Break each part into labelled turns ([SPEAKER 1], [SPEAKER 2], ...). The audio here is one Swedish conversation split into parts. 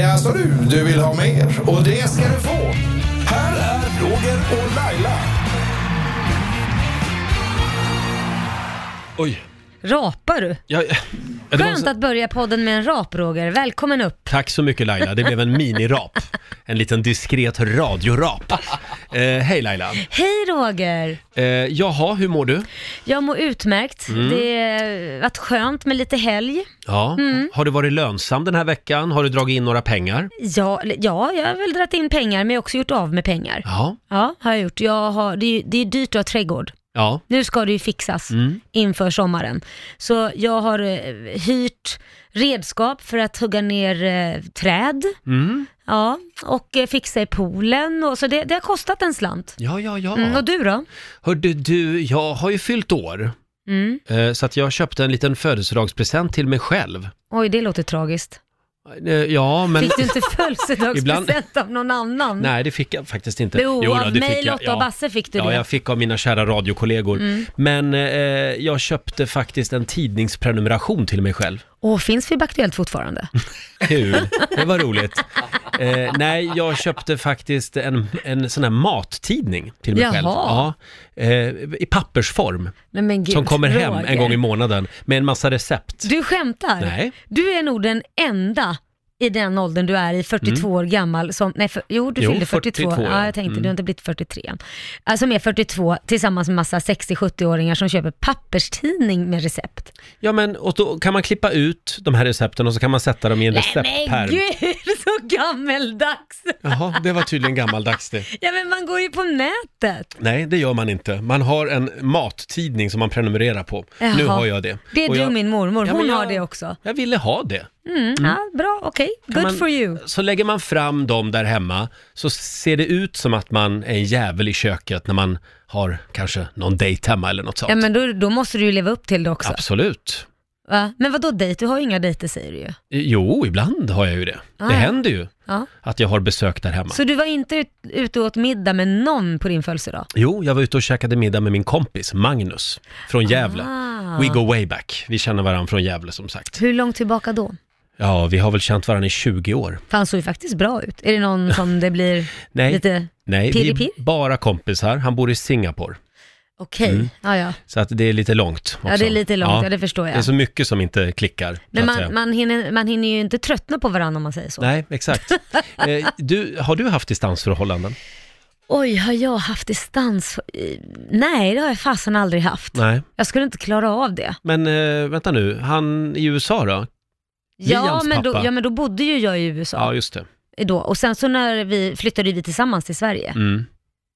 [SPEAKER 1] Jaså du, du vill ha mer? Och det ska du få. Här är Roger och Laila.
[SPEAKER 2] Oj.
[SPEAKER 3] Rapar du?
[SPEAKER 2] Jag, jag, det var en
[SPEAKER 3] Skönt
[SPEAKER 2] sån-
[SPEAKER 3] att börja podden med en rap, Roger. Välkommen upp.
[SPEAKER 2] Tack så mycket Laila, det blev en minirap. En liten diskret radiorap. Eh, hej Laila.
[SPEAKER 3] Hej Roger!
[SPEAKER 2] Eh, jaha, hur mår du?
[SPEAKER 3] Jag mår utmärkt.
[SPEAKER 2] Mm.
[SPEAKER 3] Det har varit skönt med lite helg.
[SPEAKER 2] Ja.
[SPEAKER 3] Mm.
[SPEAKER 2] Har du varit lönsam den här veckan? Har du dragit in några pengar?
[SPEAKER 3] Ja, eller- ja, jag har väl dragit in pengar, men jag har också gjort av med pengar.
[SPEAKER 2] Ja.
[SPEAKER 3] Ja, har jag gjort. Jag har, det, är, ju- det är dyrt att ha trädgård.
[SPEAKER 2] Ja.
[SPEAKER 3] Nu ska det ju fixas
[SPEAKER 2] Mm.
[SPEAKER 3] inför sommaren. Så jag har eh, hyrt redskap för att hugga ner eh, träd.
[SPEAKER 2] Mm.
[SPEAKER 3] Ja, och eh, fixa i poolen. Och, så det, det har kostat en slant.
[SPEAKER 2] Ja, ja, ja.
[SPEAKER 3] Mm, och du då?
[SPEAKER 2] Hörde du, jag har ju fyllt år.
[SPEAKER 3] Mm.
[SPEAKER 2] Eh, så att jag köpte en liten födelsedagspresent till mig själv.
[SPEAKER 3] Oj, det låter tragiskt.
[SPEAKER 2] Eh, ja, men...
[SPEAKER 3] Fick du inte födelsedagspresent
[SPEAKER 2] Ibland-
[SPEAKER 3] av någon annan?
[SPEAKER 2] Nej, det fick jag faktiskt inte.
[SPEAKER 3] Jo,
[SPEAKER 2] då,
[SPEAKER 3] av
[SPEAKER 2] det
[SPEAKER 3] mig,
[SPEAKER 2] fick jag,
[SPEAKER 3] Lotta och Basse fick du
[SPEAKER 2] ja,
[SPEAKER 3] det. Mm.
[SPEAKER 2] jag fick av mina kära radiokollegor. Men eh, jag köpte faktiskt en tidningsprenumeration till mig själv.
[SPEAKER 3] Åh, finns FIB Aktuellt fortfarande?
[SPEAKER 2] Kul, det var roligt. Eh, nej, jag köpte faktiskt en, en sån här mattidning till mig
[SPEAKER 3] Jaha.
[SPEAKER 2] själv. Ja, eh, I pappersform,
[SPEAKER 3] Nej, men gud,
[SPEAKER 2] som kommer hem
[SPEAKER 3] Roger.
[SPEAKER 2] en gång i månaden med en massa recept.
[SPEAKER 3] Du skämtar?
[SPEAKER 2] Nej.
[SPEAKER 3] Du är nog den enda i den åldern du är i, 42 år gammal, som, nej, för, jo du
[SPEAKER 2] Mm. Jo,
[SPEAKER 3] fyllde 42,
[SPEAKER 2] 42,
[SPEAKER 3] ja,
[SPEAKER 2] ja.
[SPEAKER 3] jag tänkte
[SPEAKER 2] Mm.
[SPEAKER 3] du har inte blivit 43 än. Äh, Som är 42 tillsammans med massa 60-70-åringar som köper papperstidning med recept.
[SPEAKER 2] Ja, men och då kan man klippa ut de här recepten och så kan man sätta dem i en
[SPEAKER 3] men
[SPEAKER 2] receptpärm.
[SPEAKER 3] gud, så gammeldags!
[SPEAKER 2] Jaha, det var tydligen gammaldags det.
[SPEAKER 3] Ja men man går ju på nätet.
[SPEAKER 2] Nej, det gör man inte. Man har en mattidning som man prenumererar på.
[SPEAKER 3] Jaha.
[SPEAKER 2] Nu har jag det.
[SPEAKER 3] Det är
[SPEAKER 2] Och
[SPEAKER 3] du
[SPEAKER 2] jag,
[SPEAKER 3] och min mormor,
[SPEAKER 2] Ja, men
[SPEAKER 3] hon
[SPEAKER 2] jag-
[SPEAKER 3] har det också.
[SPEAKER 2] Jag ville ha det.
[SPEAKER 3] Mm, Ja, bra, okej,
[SPEAKER 2] Kan
[SPEAKER 3] good
[SPEAKER 2] man-
[SPEAKER 3] for you.
[SPEAKER 2] Så lägger man fram dem där hemma så ser det ut som att man är en jävel i köket när man har kanske någon dejt hemma eller något sånt.
[SPEAKER 3] Ja men då, då måste du ju leva upp till det också.
[SPEAKER 2] Absolut.
[SPEAKER 3] Va? Men vadå dejt? Du har ju inga dejter säger du ju.
[SPEAKER 2] Jo, ibland har jag ju det.
[SPEAKER 3] Ah.
[SPEAKER 2] Det händer ju
[SPEAKER 3] Ja.
[SPEAKER 2] att jag har besök där hemma.
[SPEAKER 3] Så du var inte ut, ute och åt middag med någon på din födelsedag?
[SPEAKER 2] Jo, jag var ute och käkade middag med min kompis Magnus från Gävle.
[SPEAKER 3] Ah.
[SPEAKER 2] We go way back. Vi känner varandra från Gävle som sagt.
[SPEAKER 3] Hur långt tillbaka då?
[SPEAKER 2] Ja, vi har väl känt varandra i 20 år.
[SPEAKER 3] För han såg ju faktiskt bra ut. Är det någon som det blir
[SPEAKER 2] Nej.
[SPEAKER 3] lite...
[SPEAKER 2] Nej, vi
[SPEAKER 3] Pirripirr?
[SPEAKER 2] är bara kompisar. Han bor i Singapore.
[SPEAKER 3] Okej,
[SPEAKER 2] Mm.
[SPEAKER 3] ja, ja.
[SPEAKER 2] Så att det är lite långt också.
[SPEAKER 3] ja det är lite långt, ja, det förstår jag.
[SPEAKER 2] Det är så mycket som inte klickar. så
[SPEAKER 3] Men
[SPEAKER 2] att säga.
[SPEAKER 3] man, man, hinner, man hinner ju inte tröttna på varandra om man säger så.
[SPEAKER 2] Nej, exakt. eh, du, har du haft distansförhållanden?
[SPEAKER 3] Oj, har jag haft distans? Eh, Nej, det har jag fasen aldrig haft.
[SPEAKER 2] Nej.
[SPEAKER 3] Jag skulle inte klara av det.
[SPEAKER 2] Men eh, vänta nu, han i USA då?
[SPEAKER 3] Ja
[SPEAKER 2] Liams
[SPEAKER 3] men, då,
[SPEAKER 2] pappa.
[SPEAKER 3] ja, men då bodde ju jag i USA
[SPEAKER 2] Ja, just det.
[SPEAKER 3] eh, då. Och sen så när vi flyttade vi tillsammans till Sverige.
[SPEAKER 2] Mm.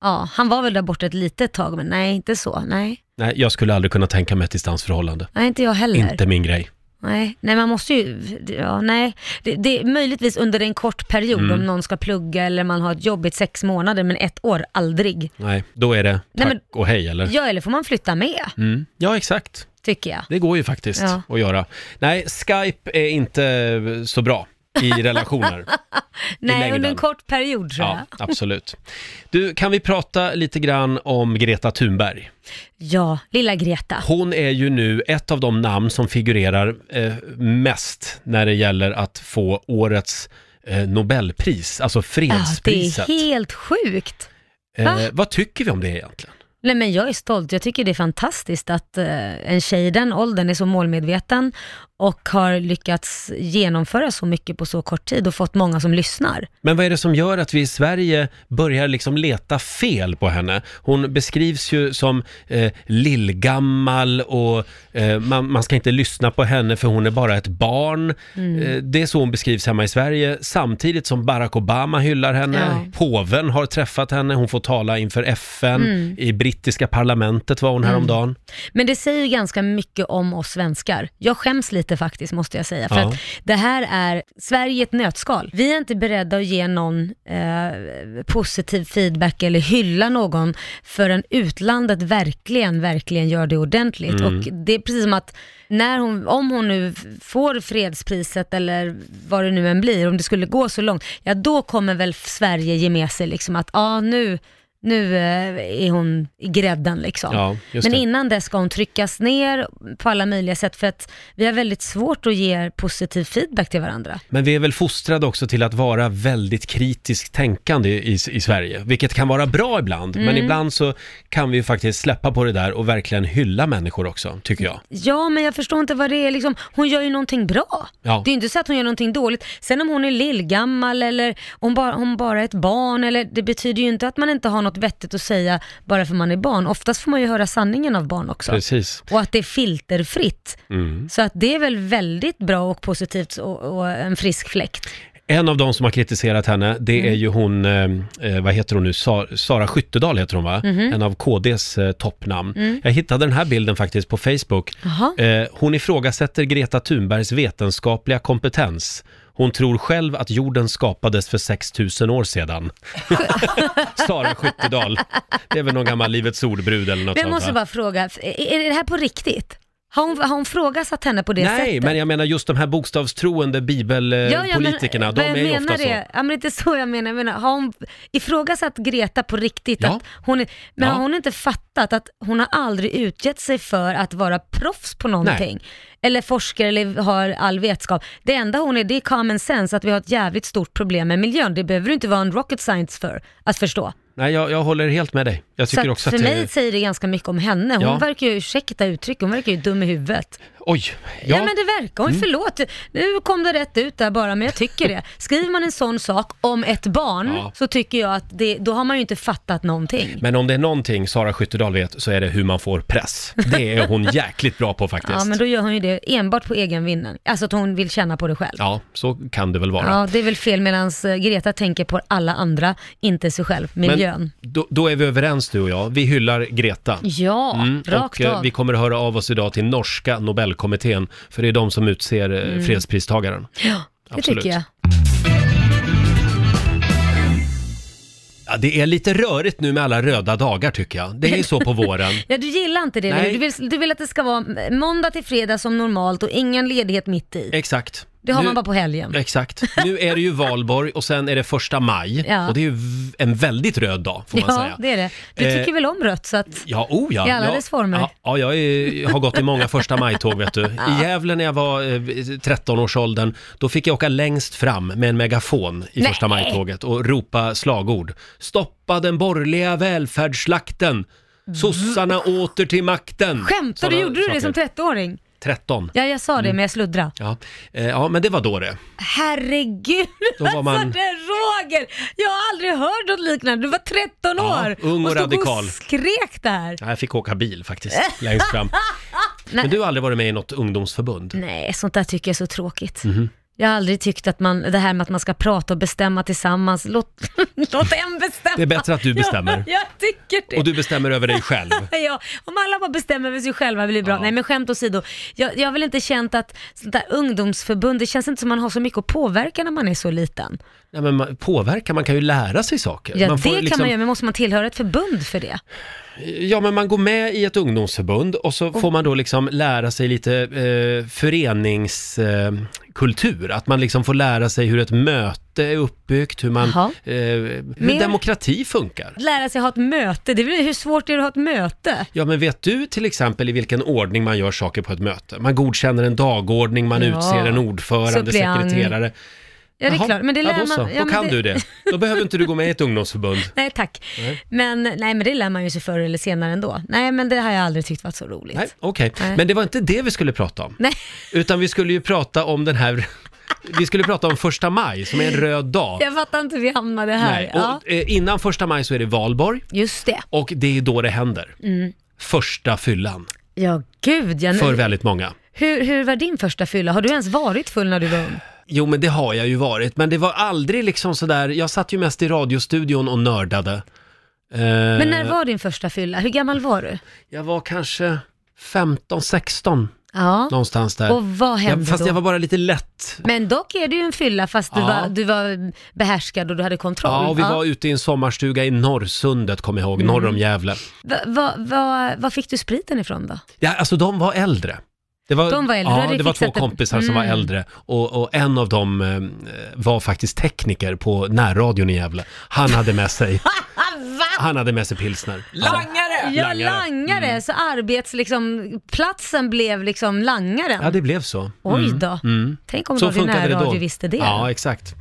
[SPEAKER 3] Ja, han var väl där borta ett litet tag, men nej, inte så. Nej,
[SPEAKER 2] Nej, jag skulle aldrig kunna tänka mig ett distansförhållande.
[SPEAKER 3] nej inte jag heller.
[SPEAKER 2] Inte min grej.
[SPEAKER 3] Nej, nej, man måste ju, ja, nej. Det, det är möjligtvis under en kort period
[SPEAKER 2] Mm.
[SPEAKER 3] om någon ska plugga eller man har ett jobbigt sex månader, men ett år, aldrig.
[SPEAKER 2] Nej, då är det tack
[SPEAKER 3] Nej, men-
[SPEAKER 2] och hej eller?
[SPEAKER 3] Ja, eller får man flytta med,
[SPEAKER 2] Mm. Ja, exakt.
[SPEAKER 3] tycker jag.
[SPEAKER 2] Det går ju faktiskt
[SPEAKER 3] Ja.
[SPEAKER 2] att göra. Nej, Skype är inte så bra i relationer.
[SPEAKER 3] Nej,
[SPEAKER 2] längden.
[SPEAKER 3] under en kort period tror
[SPEAKER 2] ja,
[SPEAKER 3] jag.
[SPEAKER 2] absolut. Du, kan vi prata lite grann om Greta Thunberg?
[SPEAKER 3] Ja, lilla Greta.
[SPEAKER 2] Hon är ju nu ett av de namn som figurerar eh, mest när det gäller att få årets eh, Nobelpris, alltså
[SPEAKER 3] Ja, det är
[SPEAKER 2] fredspriset.
[SPEAKER 3] helt sjukt.
[SPEAKER 2] eh, vad tycker vi om det egentligen?
[SPEAKER 3] Nej men jag är stolt, jag tycker det är fantastiskt att eh, en tjej i den åldern är så målmedveten och har lyckats genomföra så mycket på så kort tid och fått många som lyssnar.
[SPEAKER 2] Men vad är det som gör att vi i Sverige börjar liksom leta fel på henne? Hon beskrivs ju som eh, lillgammal och eh, man, man ska inte lyssna på henne för hon är bara ett barn.
[SPEAKER 3] Mm.
[SPEAKER 2] Eh, det är så hon beskrivs hemma i Sverige samtidigt som Barack Obama hyllar henne.
[SPEAKER 3] Ja.
[SPEAKER 2] Påven har träffat henne, hon får tala inför FN,
[SPEAKER 3] Mm.
[SPEAKER 2] i brittiska parlamentet var hon häromdagen.
[SPEAKER 3] Men det säger ju ganska mycket om oss svenskar. Jag skäms lite faktiskt måste jag säga. För
[SPEAKER 2] Ja.
[SPEAKER 3] att det här är Sverige i ett nötskal. Vi är inte beredda att ge någon eh, positiv feedback eller hylla någon förrän utlandet verkligen, verkligen gör det ordentligt.
[SPEAKER 2] Mm.
[SPEAKER 3] Och det är precis som att när hon, om hon nu får fredspriset eller vad det nu än blir, om det skulle gå så långt, ja då kommer väl Sverige ge med sig liksom att ja ah, nu nu eh, är hon i grädden liksom.
[SPEAKER 2] Ja, just
[SPEAKER 3] Men
[SPEAKER 2] det.
[SPEAKER 3] innan dess ska hon tryckas ner på alla möjliga sätt för att vi har väldigt svårt att ge positiv feedback till varandra.
[SPEAKER 2] Men vi är väl fostrade också till att vara väldigt kritiskt tänkande i, i Sverige, vilket kan vara bra ibland, men ibland så kan vi ju faktiskt släppa på det där och verkligen hylla människor också, tycker jag.
[SPEAKER 3] Ja, men jag förstår inte vad det är liksom. Hon gör ju någonting bra.
[SPEAKER 2] Ja.
[SPEAKER 3] Det är ju inte så att hon gör någonting dåligt. Sen om hon är lillgammal eller om bara, hon bara är ett barn eller det betyder ju inte att man inte har något vettigt att säga bara för man är barn. Oftast får man ju höra sanningen av barn också.
[SPEAKER 2] Precis. Mm.
[SPEAKER 3] Och att det är filterfritt. Så att det är väl väldigt bra och positivt och, och en frisk fläkt.
[SPEAKER 2] En av de som har kritiserat henne, det är ju hon, eh, vad heter hon nu, Sa- Sara Skyttedal heter hon va? En av KDs eh, toppnamn. Jag hittade den här bilden faktiskt på Facebook.
[SPEAKER 3] Jaha.
[SPEAKER 2] Eh, hon ifrågasätter Greta Thunbergs vetenskapliga kompetens. Hon tror själv att jorden skapades för 6000 år sedan. Sara Skyttedal. Det är väl någon gammal Livets ordbrud eller något
[SPEAKER 3] Men jag
[SPEAKER 2] sånt
[SPEAKER 3] måste
[SPEAKER 2] va?
[SPEAKER 3] bara fråga, är är det här på riktigt? Har hon, har hon frågasatt henne på det
[SPEAKER 2] Nej,
[SPEAKER 3] sättet?
[SPEAKER 2] men jag menar just de här bokstavstroende bibelpolitikerna,
[SPEAKER 3] men,
[SPEAKER 2] de
[SPEAKER 3] vad jag
[SPEAKER 2] är ju ofta
[SPEAKER 3] menar
[SPEAKER 2] så.
[SPEAKER 3] det, Ja, men det är inte så jag menar. Jag menar har hon ifrågasatt Greta på riktigt?
[SPEAKER 2] Ja.
[SPEAKER 3] Att hon är, men
[SPEAKER 2] Ja.
[SPEAKER 3] har hon inte fattat att hon har aldrig utgett sig för att vara proffs på någonting? Eller forskare eller har all vetskap. Det enda hon är, det är common sense, att vi har ett jävligt stort problem med miljön. Det behöver du inte vara en rocket science för att förstå.
[SPEAKER 2] Nej, jag, jag håller helt med dig. Jag
[SPEAKER 3] Så
[SPEAKER 2] tycker
[SPEAKER 3] att
[SPEAKER 2] också
[SPEAKER 3] för
[SPEAKER 2] att det...
[SPEAKER 3] mig säger det ganska mycket om henne. Hon
[SPEAKER 2] Ja.
[SPEAKER 3] verkar ju, ursäkta uttryck, hon verkar ju dum i huvudet.
[SPEAKER 2] Oj!
[SPEAKER 3] Ja.
[SPEAKER 2] Ja, Mm.
[SPEAKER 3] men det verkar. Oj, förlåt. Nu kom det rätt ut där bara, men jag tycker det. Skriver man en sån sak om ett barn
[SPEAKER 2] Ja.
[SPEAKER 3] så tycker jag att det, då har man ju inte fattat någonting.
[SPEAKER 2] men om det är någonting Sara Skyttedal vet så är det hur man får press. Det är hon jäkligt bra på faktiskt.
[SPEAKER 3] ja, men då gör hon ju det enbart på egen vinning. Alltså att hon vill känna på det själv. Ja.
[SPEAKER 2] Ja, så kan det väl vara.
[SPEAKER 3] det är väl fel medan Greta tänker på alla andra, inte sig själv, miljön.
[SPEAKER 2] Men då, då är vi överens du och jag. Vi hyllar Greta.
[SPEAKER 3] Ja,
[SPEAKER 2] Mm,
[SPEAKER 3] rakt
[SPEAKER 2] och eh,
[SPEAKER 3] av.
[SPEAKER 2] vi kommer att höra av oss idag till norska Nobelkommittén, för det är de som utser eh,
[SPEAKER 3] Mm.
[SPEAKER 2] fredspristagaren.
[SPEAKER 3] ja, det
[SPEAKER 2] absolut.
[SPEAKER 3] tycker jag.
[SPEAKER 2] Ja, det är lite rörigt nu med alla röda dagar tycker jag. Det är ju så på våren.
[SPEAKER 3] Ja, du gillar inte det nu.
[SPEAKER 2] Nej.
[SPEAKER 3] Du vill, du vill att det ska vara måndag till fredag som normalt och ingen ledighet mitt i.
[SPEAKER 2] Exakt.
[SPEAKER 3] Det har
[SPEAKER 2] nu,
[SPEAKER 3] man bara på helgen.
[SPEAKER 2] Exakt. Nu är det ju valborg och sen är det första maj.
[SPEAKER 3] Ja.
[SPEAKER 2] Och det är ju v- en väldigt röd dag får man
[SPEAKER 3] Ja,
[SPEAKER 2] säga.
[SPEAKER 3] det är det. Du
[SPEAKER 2] Eh,
[SPEAKER 3] tycker väl om rött så att...
[SPEAKER 2] Ja, oh ja.
[SPEAKER 3] I alla
[SPEAKER 2] ja,
[SPEAKER 3] dess former.
[SPEAKER 2] Ja, ja jag är, har gått i många första maj-tåg vet du. I Gävle när jag var eh, 13-årsåldern, då fick jag åka längst fram med en megafon i första maj-tåget och ropa slagord. Stoppa den borgerliga välfärdsslakten! Sossarna åter till makten!
[SPEAKER 3] Mm. Skämtar du?
[SPEAKER 2] Sådana
[SPEAKER 3] Gjorde du det som
[SPEAKER 2] saker. Mm.
[SPEAKER 3] 30-åring?
[SPEAKER 2] 13?
[SPEAKER 3] Ja, jag sa det, men jag sluddra.
[SPEAKER 2] Ja. Eh, ja, men det var då det.
[SPEAKER 3] Herregud,
[SPEAKER 2] Då var man-
[SPEAKER 3] alltså det Roger! Jag har aldrig hört något liknande. Du var 13
[SPEAKER 2] Ja,
[SPEAKER 3] år
[SPEAKER 2] ung och
[SPEAKER 3] stod
[SPEAKER 2] radikal.
[SPEAKER 3] och skrek där.
[SPEAKER 2] Ja, Jag fick åka bil faktiskt, längst fram.
[SPEAKER 3] Nej.
[SPEAKER 2] Men du har aldrig varit med i något ungdomsförbund?
[SPEAKER 3] Nej, sånt där tycker jag är så tråkigt.
[SPEAKER 2] Mhm.
[SPEAKER 3] Jag har aldrig tyckt att man, det här med att man ska prata och bestämma tillsammans, låt, låt en bestämma.
[SPEAKER 2] Det är bättre att du bestämmer.
[SPEAKER 3] Ja, jag tycker det.
[SPEAKER 2] Och du bestämmer över dig själv?
[SPEAKER 3] Ja, om alla bara bestämmer över sig själva blir det bra.
[SPEAKER 2] Ja.
[SPEAKER 3] Nej men skämt åsido, jag, jag har väl inte känt att sånt där ungdomsförbund, det känns inte som man har så mycket att påverka när man är så liten.
[SPEAKER 2] Nej, men man, påverka, man kan ju lära sig saker.
[SPEAKER 3] Ja
[SPEAKER 2] man får
[SPEAKER 3] det kan
[SPEAKER 2] liksom-
[SPEAKER 3] man göra, men måste man tillhöra ett förbund för det?
[SPEAKER 2] Ja, men man går med i ett ungdomsförbund och så får man då liksom lära sig lite eh, föreningskultur. Eh, kultur. att man liksom får lära sig hur ett möte är uppbyggt, hur, man,
[SPEAKER 3] Jaha.
[SPEAKER 2] eh, hur
[SPEAKER 3] Mer-
[SPEAKER 2] demokrati funkar.
[SPEAKER 3] Lära sig ha ett möte, det blir, hur svårt är det att ha ett möte?
[SPEAKER 2] Ja, men vet du till exempel i vilken ordning man gör saker på ett möte? Man godkänner en dagordning, man
[SPEAKER 3] Ja.
[SPEAKER 2] utser en ordförande,
[SPEAKER 3] Suppleant.
[SPEAKER 2] sekreterare.
[SPEAKER 3] Ja det är klart, men det lär
[SPEAKER 2] ja, då så.
[SPEAKER 3] man... Ja,
[SPEAKER 2] då
[SPEAKER 3] men
[SPEAKER 2] kan du det. Då behöver inte du gå med i ett ungdomsförbund.
[SPEAKER 3] Nej tack. Men, nej, men det lär man ju sig förr eller senare ändå. Nej men det har jag aldrig tyckt varit så roligt.
[SPEAKER 2] Nej, okej.
[SPEAKER 3] Nej.
[SPEAKER 2] Men det var inte det vi skulle prata om.
[SPEAKER 3] Nej.
[SPEAKER 2] Utan vi skulle ju prata om den här, vi skulle prata om första maj som är en röd dag.
[SPEAKER 3] Jag fattar inte hur vi hamnade här.
[SPEAKER 2] Nej.
[SPEAKER 3] Ja,
[SPEAKER 2] Och, eh, innan första maj så är det valborg
[SPEAKER 3] just det.
[SPEAKER 2] och det är då det händer.
[SPEAKER 3] Mm.
[SPEAKER 2] Första fyllan
[SPEAKER 3] Ja gud, jag,
[SPEAKER 2] för väldigt många.
[SPEAKER 3] Hur, hur var din första fylla? Har du ens varit full när du var ung?
[SPEAKER 2] Jo men det har jag ju varit, men det var aldrig liksom sådär, jag satt ju mest i radiostudion och nördade. Eh,
[SPEAKER 3] Men när var din första fylla? Hur gammal var du?
[SPEAKER 2] Jag var kanske 15, 16
[SPEAKER 3] Ja,
[SPEAKER 2] någonstans där.
[SPEAKER 3] och vad hände
[SPEAKER 2] jag, fast
[SPEAKER 3] då?
[SPEAKER 2] jag var bara lite lätt
[SPEAKER 3] Men dock är det ju en fylla fast du,
[SPEAKER 2] Ja.
[SPEAKER 3] var, du var behärskad och du hade kontroll.
[SPEAKER 2] Ja, och vi var ute i en sommarstuga i Norrsundet, kommer jag ihåg,
[SPEAKER 3] Mm.
[SPEAKER 2] norr om Gävle.
[SPEAKER 3] Va, va, va, var fick du spriten ifrån då?
[SPEAKER 2] Ja, alltså de var äldre. Det Det var,
[SPEAKER 3] De var äldre, då
[SPEAKER 2] ja,
[SPEAKER 3] hade
[SPEAKER 2] det
[SPEAKER 3] vi
[SPEAKER 2] var två
[SPEAKER 3] fixat det. Mm.
[SPEAKER 2] kompisar som var äldre och, och en av dem eh, var faktiskt tekniker på närradion i Gävle. Han hade med sig, han hade med sig pilsner.
[SPEAKER 4] Langare!
[SPEAKER 3] Ja,
[SPEAKER 2] Langare. Mm.
[SPEAKER 3] langare. Så arbets, liksom, platsen blev liksom langaren.
[SPEAKER 2] Ja, det blev så. Mm.
[SPEAKER 3] Oj då. Tänk om
[SPEAKER 2] Så
[SPEAKER 3] Radio
[SPEAKER 2] funkade det då.
[SPEAKER 3] Närradio visste det.
[SPEAKER 2] Ja, exakt.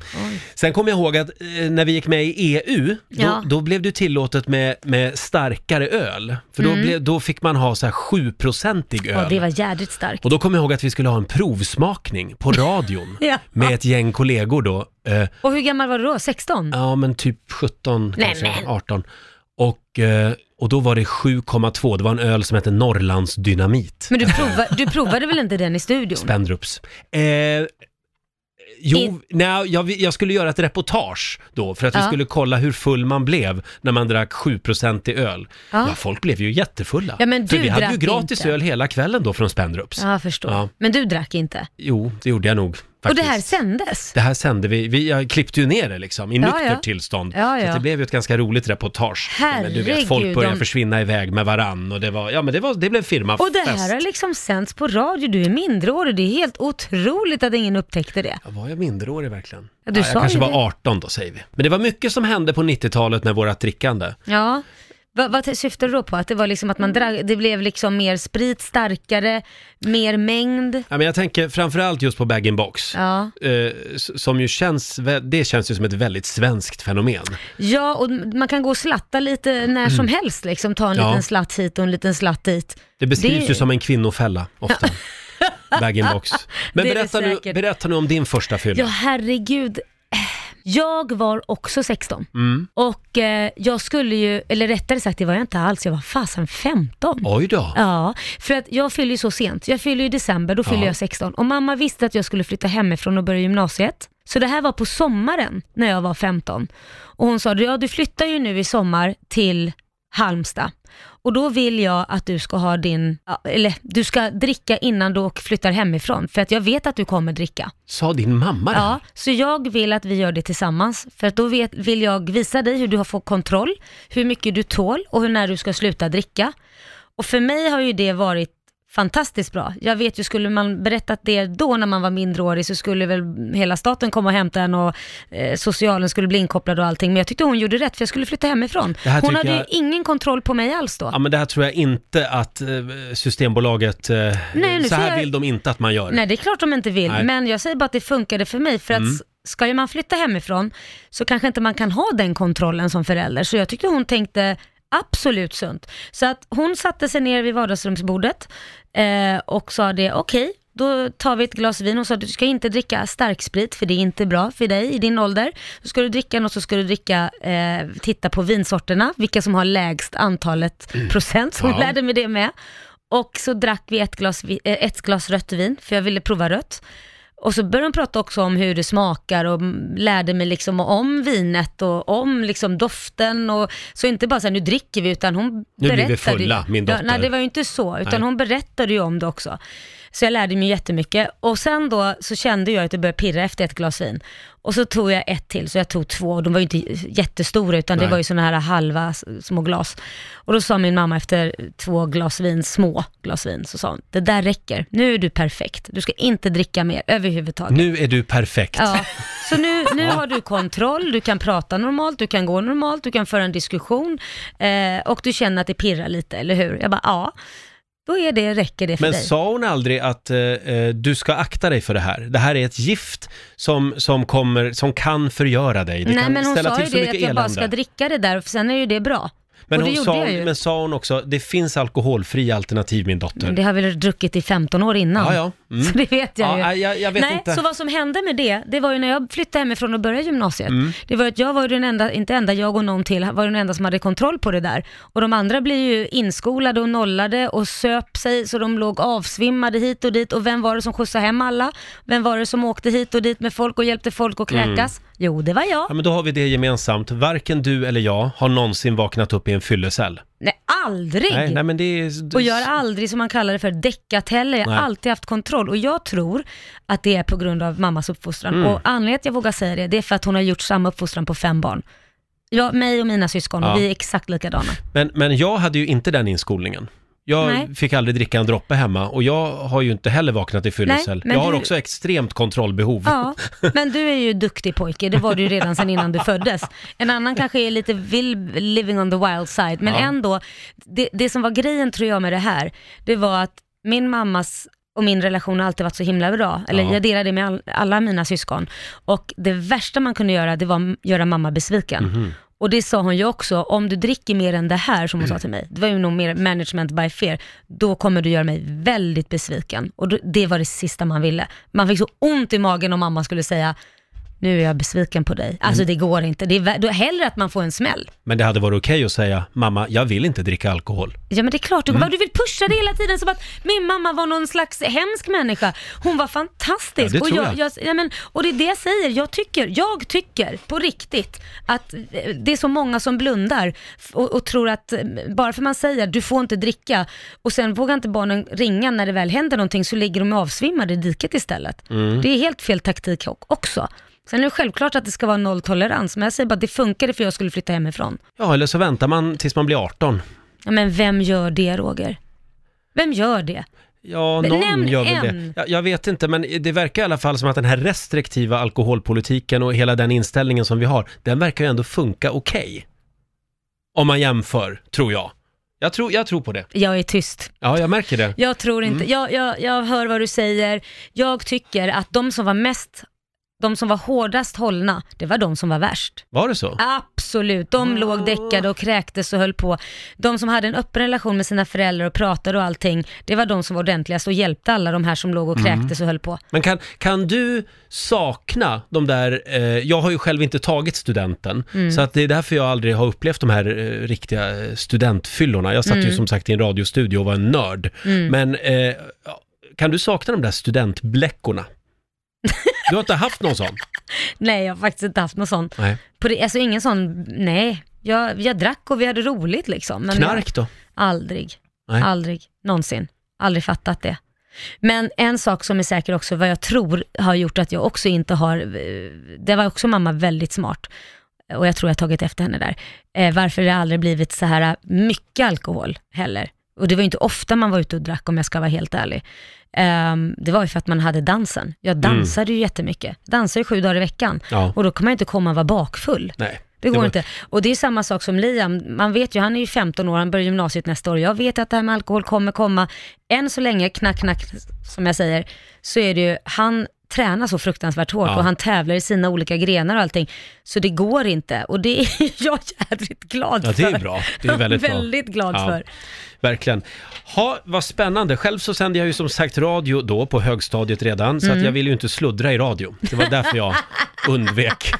[SPEAKER 2] Sen kommer jag ihåg att eh, när vi gick med i EU, då,
[SPEAKER 3] Ja.
[SPEAKER 2] då blev det tillåtet med, med starkare öl. För då, blev, då fick man ha så här 7-procentig öl.
[SPEAKER 3] Mm. Ja, det var jädrigt starkt.
[SPEAKER 2] Och då kommer jag ihåg att vi skulle ha en provsmakning på radion
[SPEAKER 3] Ja.
[SPEAKER 2] med ett gäng kollegor då. Eh,
[SPEAKER 3] Och hur gammal var du då? 16?
[SPEAKER 2] ja, men typ 17,
[SPEAKER 3] Nej,
[SPEAKER 2] kanske
[SPEAKER 3] men.
[SPEAKER 2] 18. Och, eh, och då var det 7,2. Det var en öl som hette Norrlands Dynamit.
[SPEAKER 3] Men du, prova, du provade väl inte den i studion?
[SPEAKER 2] Spendrups. Eh, jo, nej, jag, vi- jag skulle göra ett reportage då för att vi
[SPEAKER 3] Ja.
[SPEAKER 2] skulle kolla hur full man blev när man drack 7% i öl. Ja.
[SPEAKER 3] Ja.
[SPEAKER 2] folk blev ju jättefulla.
[SPEAKER 3] Ja, men
[SPEAKER 2] för
[SPEAKER 3] du
[SPEAKER 2] vi hade ju
[SPEAKER 3] drack
[SPEAKER 2] gratis
[SPEAKER 3] inte.
[SPEAKER 2] öl hela kvällen då från Spendrups.
[SPEAKER 3] Ja, jag förstår.
[SPEAKER 2] Ja.
[SPEAKER 3] Men du drack inte?
[SPEAKER 2] Jo, det gjorde jag nog. Faktiskt.
[SPEAKER 3] Och det här sändes?
[SPEAKER 2] Det här sände vi, vi jag klippte ju ner det liksom i
[SPEAKER 3] Ja,
[SPEAKER 2] nyktert
[SPEAKER 3] ja.
[SPEAKER 2] tillstånd.
[SPEAKER 3] Ja,
[SPEAKER 2] Så
[SPEAKER 3] ja.
[SPEAKER 2] att det blev ju ett ganska roligt reportage. Ja, men du vet, folk
[SPEAKER 3] Herregud,
[SPEAKER 2] började
[SPEAKER 3] de-
[SPEAKER 2] försvinna iväg med varann och det var, ja men det, var, det blev firmafest.
[SPEAKER 3] Och det här har liksom sänts på radio, du är minderårig, det är helt otroligt att ingen upptäckte det.
[SPEAKER 2] Ja, Var jag minderårig verkligen?
[SPEAKER 3] Ja, du
[SPEAKER 2] jag
[SPEAKER 3] sa
[SPEAKER 2] kanske
[SPEAKER 3] ju
[SPEAKER 2] var
[SPEAKER 3] det.
[SPEAKER 2] 18 då säger vi. Men det var mycket som hände på 90-talet med vårat drickande.
[SPEAKER 3] Ja. Va, vad syftar du då på? Att det var liksom att man drag, det blev liksom mer sprit, starkare, mer mängd?
[SPEAKER 2] Ja, men jag tänker framförallt just på bag-in-box.
[SPEAKER 3] Ja.
[SPEAKER 2] Eh, s- som ju känns, vä- det känns ju som ett väldigt svenskt fenomen.
[SPEAKER 3] ja, och man kan gå och slatta lite när som helst liksom, ta en
[SPEAKER 2] Ja.
[SPEAKER 3] liten slatt hit och en liten slatt dit.
[SPEAKER 2] Det beskrivs
[SPEAKER 3] Det-
[SPEAKER 2] ju som en kvinnofälla ofta. bag-in-box. Men
[SPEAKER 3] Det är det
[SPEAKER 2] berätta nu,
[SPEAKER 3] säkert.
[SPEAKER 2] berätta nu om din första fylla.
[SPEAKER 3] Ja, herregud. Jag var också 16 och eh, jag skulle ju, eller rättare sagt det var jag inte alls, jag var fasen 15.
[SPEAKER 2] Oj då.
[SPEAKER 3] Ja, för att jag fyller ju så sent. Jag fyller ju i december, då fyller
[SPEAKER 2] Ja.
[SPEAKER 3] jag 16. Och mamma visste att jag skulle flytta hemifrån och börja gymnasiet. Så det här var på sommaren när jag var 15. Och hon sa, ja du flyttar ju nu i sommar till Halmstad. Och då vill jag att du ska ha din, ja, eller du ska dricka innan du åk- flyttar hemifrån. För att jag vet att du kommer dricka.
[SPEAKER 2] Sa din mamma det här?
[SPEAKER 3] Ja, så jag vill att vi gör det tillsammans. För att då vet, vill jag visa dig hur du har fått kontroll, hur mycket du tål och hur när du ska sluta dricka. Och för mig har ju det varit fantastiskt bra. Jag vet ju, skulle man berättat det då när man var mindreårig så skulle väl hela staten komma och hämta en och eh, socialen skulle bli inkopplad och allting. Men jag tyckte hon gjorde rätt för jag skulle flytta hemifrån.
[SPEAKER 2] Det här
[SPEAKER 3] Hon
[SPEAKER 2] tycker
[SPEAKER 3] hade
[SPEAKER 2] jag-
[SPEAKER 3] ju ingen kontroll på mig alls då.
[SPEAKER 2] Ja, men det här tror jag inte att eh, Systembolaget, eh,
[SPEAKER 3] nu
[SPEAKER 2] så
[SPEAKER 3] får
[SPEAKER 2] här
[SPEAKER 3] jag-
[SPEAKER 2] vill de inte att man gör.
[SPEAKER 3] Nej, det är klart de inte vill,
[SPEAKER 2] Nej. Mm.
[SPEAKER 3] men jag säger bara att det funkade för mig. För att s- ska ju man flytta hemifrån så kanske inte man kan ha den kontrollen som förälder. Så jag tyckte hon tänkte absolut sunt. Så att hon satte sig ner vid vardagsrumsbordet eh, och sa det, okej, då tar vi ett glas vin. Hon sa, du ska inte dricka starksprit för det är inte bra för dig i din ålder. Så ska du dricka något så ska du dricka, eh, titta på vinsorterna, vilka som har lägst antalet
[SPEAKER 2] Mm.
[SPEAKER 3] procent. Så hon
[SPEAKER 2] Ja.
[SPEAKER 3] lärde mig det med. Och så drack vi ett glas, vi- eh, ett glas rött vin, för jag ville prova rött. Och så började de prata också om hur det smakar och mm, lärde mig liksom om vinet och om liksom doften. Och, så inte bara så här, nu dricker vi, utan hon
[SPEAKER 2] Nu blir vi
[SPEAKER 3] berättade...
[SPEAKER 2] fulla, min dotter.
[SPEAKER 3] Ja, nej, det var ju inte så, utan
[SPEAKER 2] Nej.
[SPEAKER 3] hon berättade ju om det också. Så jag lärde mig jättemycket. Och sen då så kände jag att det började pirra efter ett glas vin. Och så tog jag ett till, så jag tog två. Och de var ju inte jättestora, utan
[SPEAKER 2] Nej.
[SPEAKER 3] det var ju sådana här halva s- små glas. Och då sa min mamma efter två glas vin, små glas vin, så sa hon, det där räcker. Nu är du perfekt. Du ska inte dricka mer överhuvudtaget.
[SPEAKER 2] Nu är du perfekt.
[SPEAKER 3] Ja, så nu, nu har du kontroll, du kan prata normalt, du kan gå normalt, du kan föra en diskussion eh, och du känner att det pirrar lite, eller hur? Jag bara, ja, då är det, räcker det för
[SPEAKER 2] Men
[SPEAKER 3] dig.
[SPEAKER 2] sa hon aldrig att eh, eh, du ska akta dig för det här? Det här är ett gift som, som, kommer, som kan förgöra dig. Det
[SPEAKER 3] Nej,
[SPEAKER 2] kan
[SPEAKER 3] men hon
[SPEAKER 2] ställa
[SPEAKER 3] sa ju
[SPEAKER 2] till så
[SPEAKER 3] det,
[SPEAKER 2] mycket
[SPEAKER 3] att jag bara
[SPEAKER 2] elände.
[SPEAKER 3] ska dricka det där, och sen är ju det bra.
[SPEAKER 2] men,
[SPEAKER 3] och det
[SPEAKER 2] hon
[SPEAKER 3] gjorde
[SPEAKER 2] sa,
[SPEAKER 3] jag ju.
[SPEAKER 2] men sa hon också, det finns alkoholfria alternativ min dotter.
[SPEAKER 3] Men Det har jag väl druckit i 15 år innan.
[SPEAKER 2] Ja, ja. Mm.
[SPEAKER 3] Så det vet jag
[SPEAKER 2] Ja,
[SPEAKER 3] ju.
[SPEAKER 2] nej, jag- jag vet
[SPEAKER 3] Nej,
[SPEAKER 2] inte.
[SPEAKER 3] så vad som hände med det, det var ju när jag flyttade hemifrån och började gymnasiet.
[SPEAKER 2] Mm.
[SPEAKER 3] Det var ju att jag var ju den enda, inte enda, jag och någon till, var ju den enda som hade kontroll på det där. Och de andra blev ju inskolade och nollade och söp sig så de låg avsvimmade hit och dit. Och vem var det som skjutsade hem alla? Vem var det som åkte hit och dit med folk och hjälpte folk att kräkas? Jo, det var jag.
[SPEAKER 2] Mm. Ja, men då har vi det gemensamt. Varken du eller jag har någonsin vaknat upp i en fyllecell.
[SPEAKER 3] Nej, aldrig!
[SPEAKER 2] Nej, nej, men det är...
[SPEAKER 3] Och jag har aldrig, som man kallar det för, däckat heller. Jag har
[SPEAKER 2] Nej.
[SPEAKER 3] alltid haft kontroll. Och jag tror att det är på grund av mammas uppfostran.
[SPEAKER 2] Mm.
[SPEAKER 3] Och anledningen att jag vågar säga det, det är för att hon har gjort samma uppfostran på fem barn. Jag, mig och mina syskon,
[SPEAKER 2] Ja.
[SPEAKER 3] och vi är exakt likadana.
[SPEAKER 2] men, men jag hade ju inte den inskolningen. Jag
[SPEAKER 3] Nej.
[SPEAKER 2] fick aldrig dricka en droppe hemma och jag har ju inte heller vaknat i fyllecell.
[SPEAKER 3] Nej, men
[SPEAKER 2] Jag har
[SPEAKER 3] du-
[SPEAKER 2] också extremt kontrollbehov.
[SPEAKER 3] Ja, men du är ju duktig pojke, det var du ju redan sedan innan du föddes. En annan kanske är lite vill living on the wild side, men
[SPEAKER 2] Ja.
[SPEAKER 3] ändå, det, det som var grejen tror jag med det här, det var att min mammas och min relation har alltid varit så himla bra, eller
[SPEAKER 2] Ja.
[SPEAKER 3] jag delar det med all, alla mina syskon. Och det värsta man kunde göra, det var att göra mamma besviken. Och det sa hon ju också, om du dricker mer än det här som hon sa till mig, det var ju nog mer management by fear, då kommer du göra mig väldigt besviken. Och då- det var det sista man ville. Man fick så ont i magen om mamma skulle säga, nu är jag besviken på dig. Alltså det går inte. Det är vä- då hellre att man får en smäll.
[SPEAKER 2] Men det hade varit okej att säga, mamma, jag vill inte dricka alkohol.
[SPEAKER 3] Ja men det är klart, du,
[SPEAKER 2] Mm.
[SPEAKER 3] du vill pusha det hela tiden som att min mamma var någon slags hemsk människa. Hon var fantastisk.
[SPEAKER 2] Ja, det
[SPEAKER 3] och,
[SPEAKER 2] tror
[SPEAKER 3] jag,
[SPEAKER 2] jag.
[SPEAKER 3] ja, men, och det är det jag säger, jag tycker, jag tycker på riktigt att eh, det är så många som blundar f- och, och tror att eh, bara för man säger du får inte dricka och sen vågar inte barnen ringa när det väl händer någonting så ligger de avsvimmade i diket istället.
[SPEAKER 2] Mm.
[SPEAKER 3] Det är helt fel taktik o- också. Sen är det självklart att det ska vara nolltolerans, men jag säger bara att det funkade för jag skulle flytta hemifrån.
[SPEAKER 2] Ja, eller så väntar man tills man blir 18.
[SPEAKER 3] Ja, men vem gör det Roger? Vem gör det?
[SPEAKER 2] Ja,
[SPEAKER 3] Men
[SPEAKER 2] någon
[SPEAKER 3] nämn
[SPEAKER 2] gör väl det.
[SPEAKER 3] en.
[SPEAKER 2] Jag, jag vet inte, men det verkar i alla fall som att den här restriktiva alkoholpolitiken och hela den inställningen som vi har, den verkar ju ändå funka okej. Om man jämför, tror jag. Jag tror, jag tror på det.
[SPEAKER 3] Jag är tyst.
[SPEAKER 2] Ja, jag märker det.
[SPEAKER 3] Jag tror inte, jag, jag, jag hör vad du säger. Jag tycker att de som var mest, de som var hårdast hållna, det var de som var värst.
[SPEAKER 2] Var det så?
[SPEAKER 3] Absolut, de låg däckade och kräktes och höll på. De som hade en öppen relation med sina föräldrar och pratade och allting, det var de som var ordentligast och hjälpte alla de här som låg och kräktes och höll på.
[SPEAKER 2] Men kan, kan du sakna de där, eh, jag har ju själv inte tagit studenten,
[SPEAKER 3] Mm.
[SPEAKER 2] så att det är därför jag aldrig har upplevt de här eh, riktiga eh, studentfyllorna. Jag satt
[SPEAKER 3] Mm.
[SPEAKER 2] ju som sagt i en radiostudio och var en nörd. Men eh, ja, kan du sakna de där studentbläckorna? Du har inte haft någon sån?
[SPEAKER 3] Nej, jag har faktiskt inte haft någon sån.
[SPEAKER 2] Nej.
[SPEAKER 3] På det, alltså ingen sån, nej. Jag, jag drack och vi hade roligt liksom. Men jag-
[SPEAKER 2] Knark då?
[SPEAKER 3] Aldrig.
[SPEAKER 2] Nej.
[SPEAKER 3] Aldrig. Någonsin. Aldrig fattat det. Men en sak som är säker också, vad jag tror har gjort att jag också inte har, eh, det var också mamma väldigt smart och jag tror jag har tagit efter henne där, eh, varför det aldrig blivit så här eh, mycket alkohol heller. Och det var ju inte ofta man var ute och drack om jag ska vara helt ärlig. Ehm, det var ju för att man hade dansen. Jag dansade ju jättemycket. Dansade ju sju dagar i veckan.
[SPEAKER 2] Mm. Ja.
[SPEAKER 3] Och då kan man ju inte komma och vara bakfull.
[SPEAKER 2] Nej.
[SPEAKER 3] Det går
[SPEAKER 2] var-
[SPEAKER 3] inte. Och det är samma sak som Liam. Man vet ju, han är ju 15 år, han börjar gymnasiet nästa år. Jag vet att det här med alkohol kommer komma. Än så länge, knack, knack, som jag säger, så är det ju, han tränar så fruktansvärt hårt
[SPEAKER 2] Ja.
[SPEAKER 3] och han tävlar i sina olika grenar och allting. Så det går inte. Och det är jag jävligt glad
[SPEAKER 2] Ja, det är
[SPEAKER 3] för.
[SPEAKER 2] bra. Det är väldigt bra.
[SPEAKER 3] väldigt glad
[SPEAKER 2] Ja.
[SPEAKER 3] för.
[SPEAKER 2] Verkligen. Ha, vad spännande. Själv så sände jag ju som sagt radio då på högstadiet redan, så
[SPEAKER 3] Mm.
[SPEAKER 2] att jag ville ju inte sluddra i radio. Det var därför jag undvek.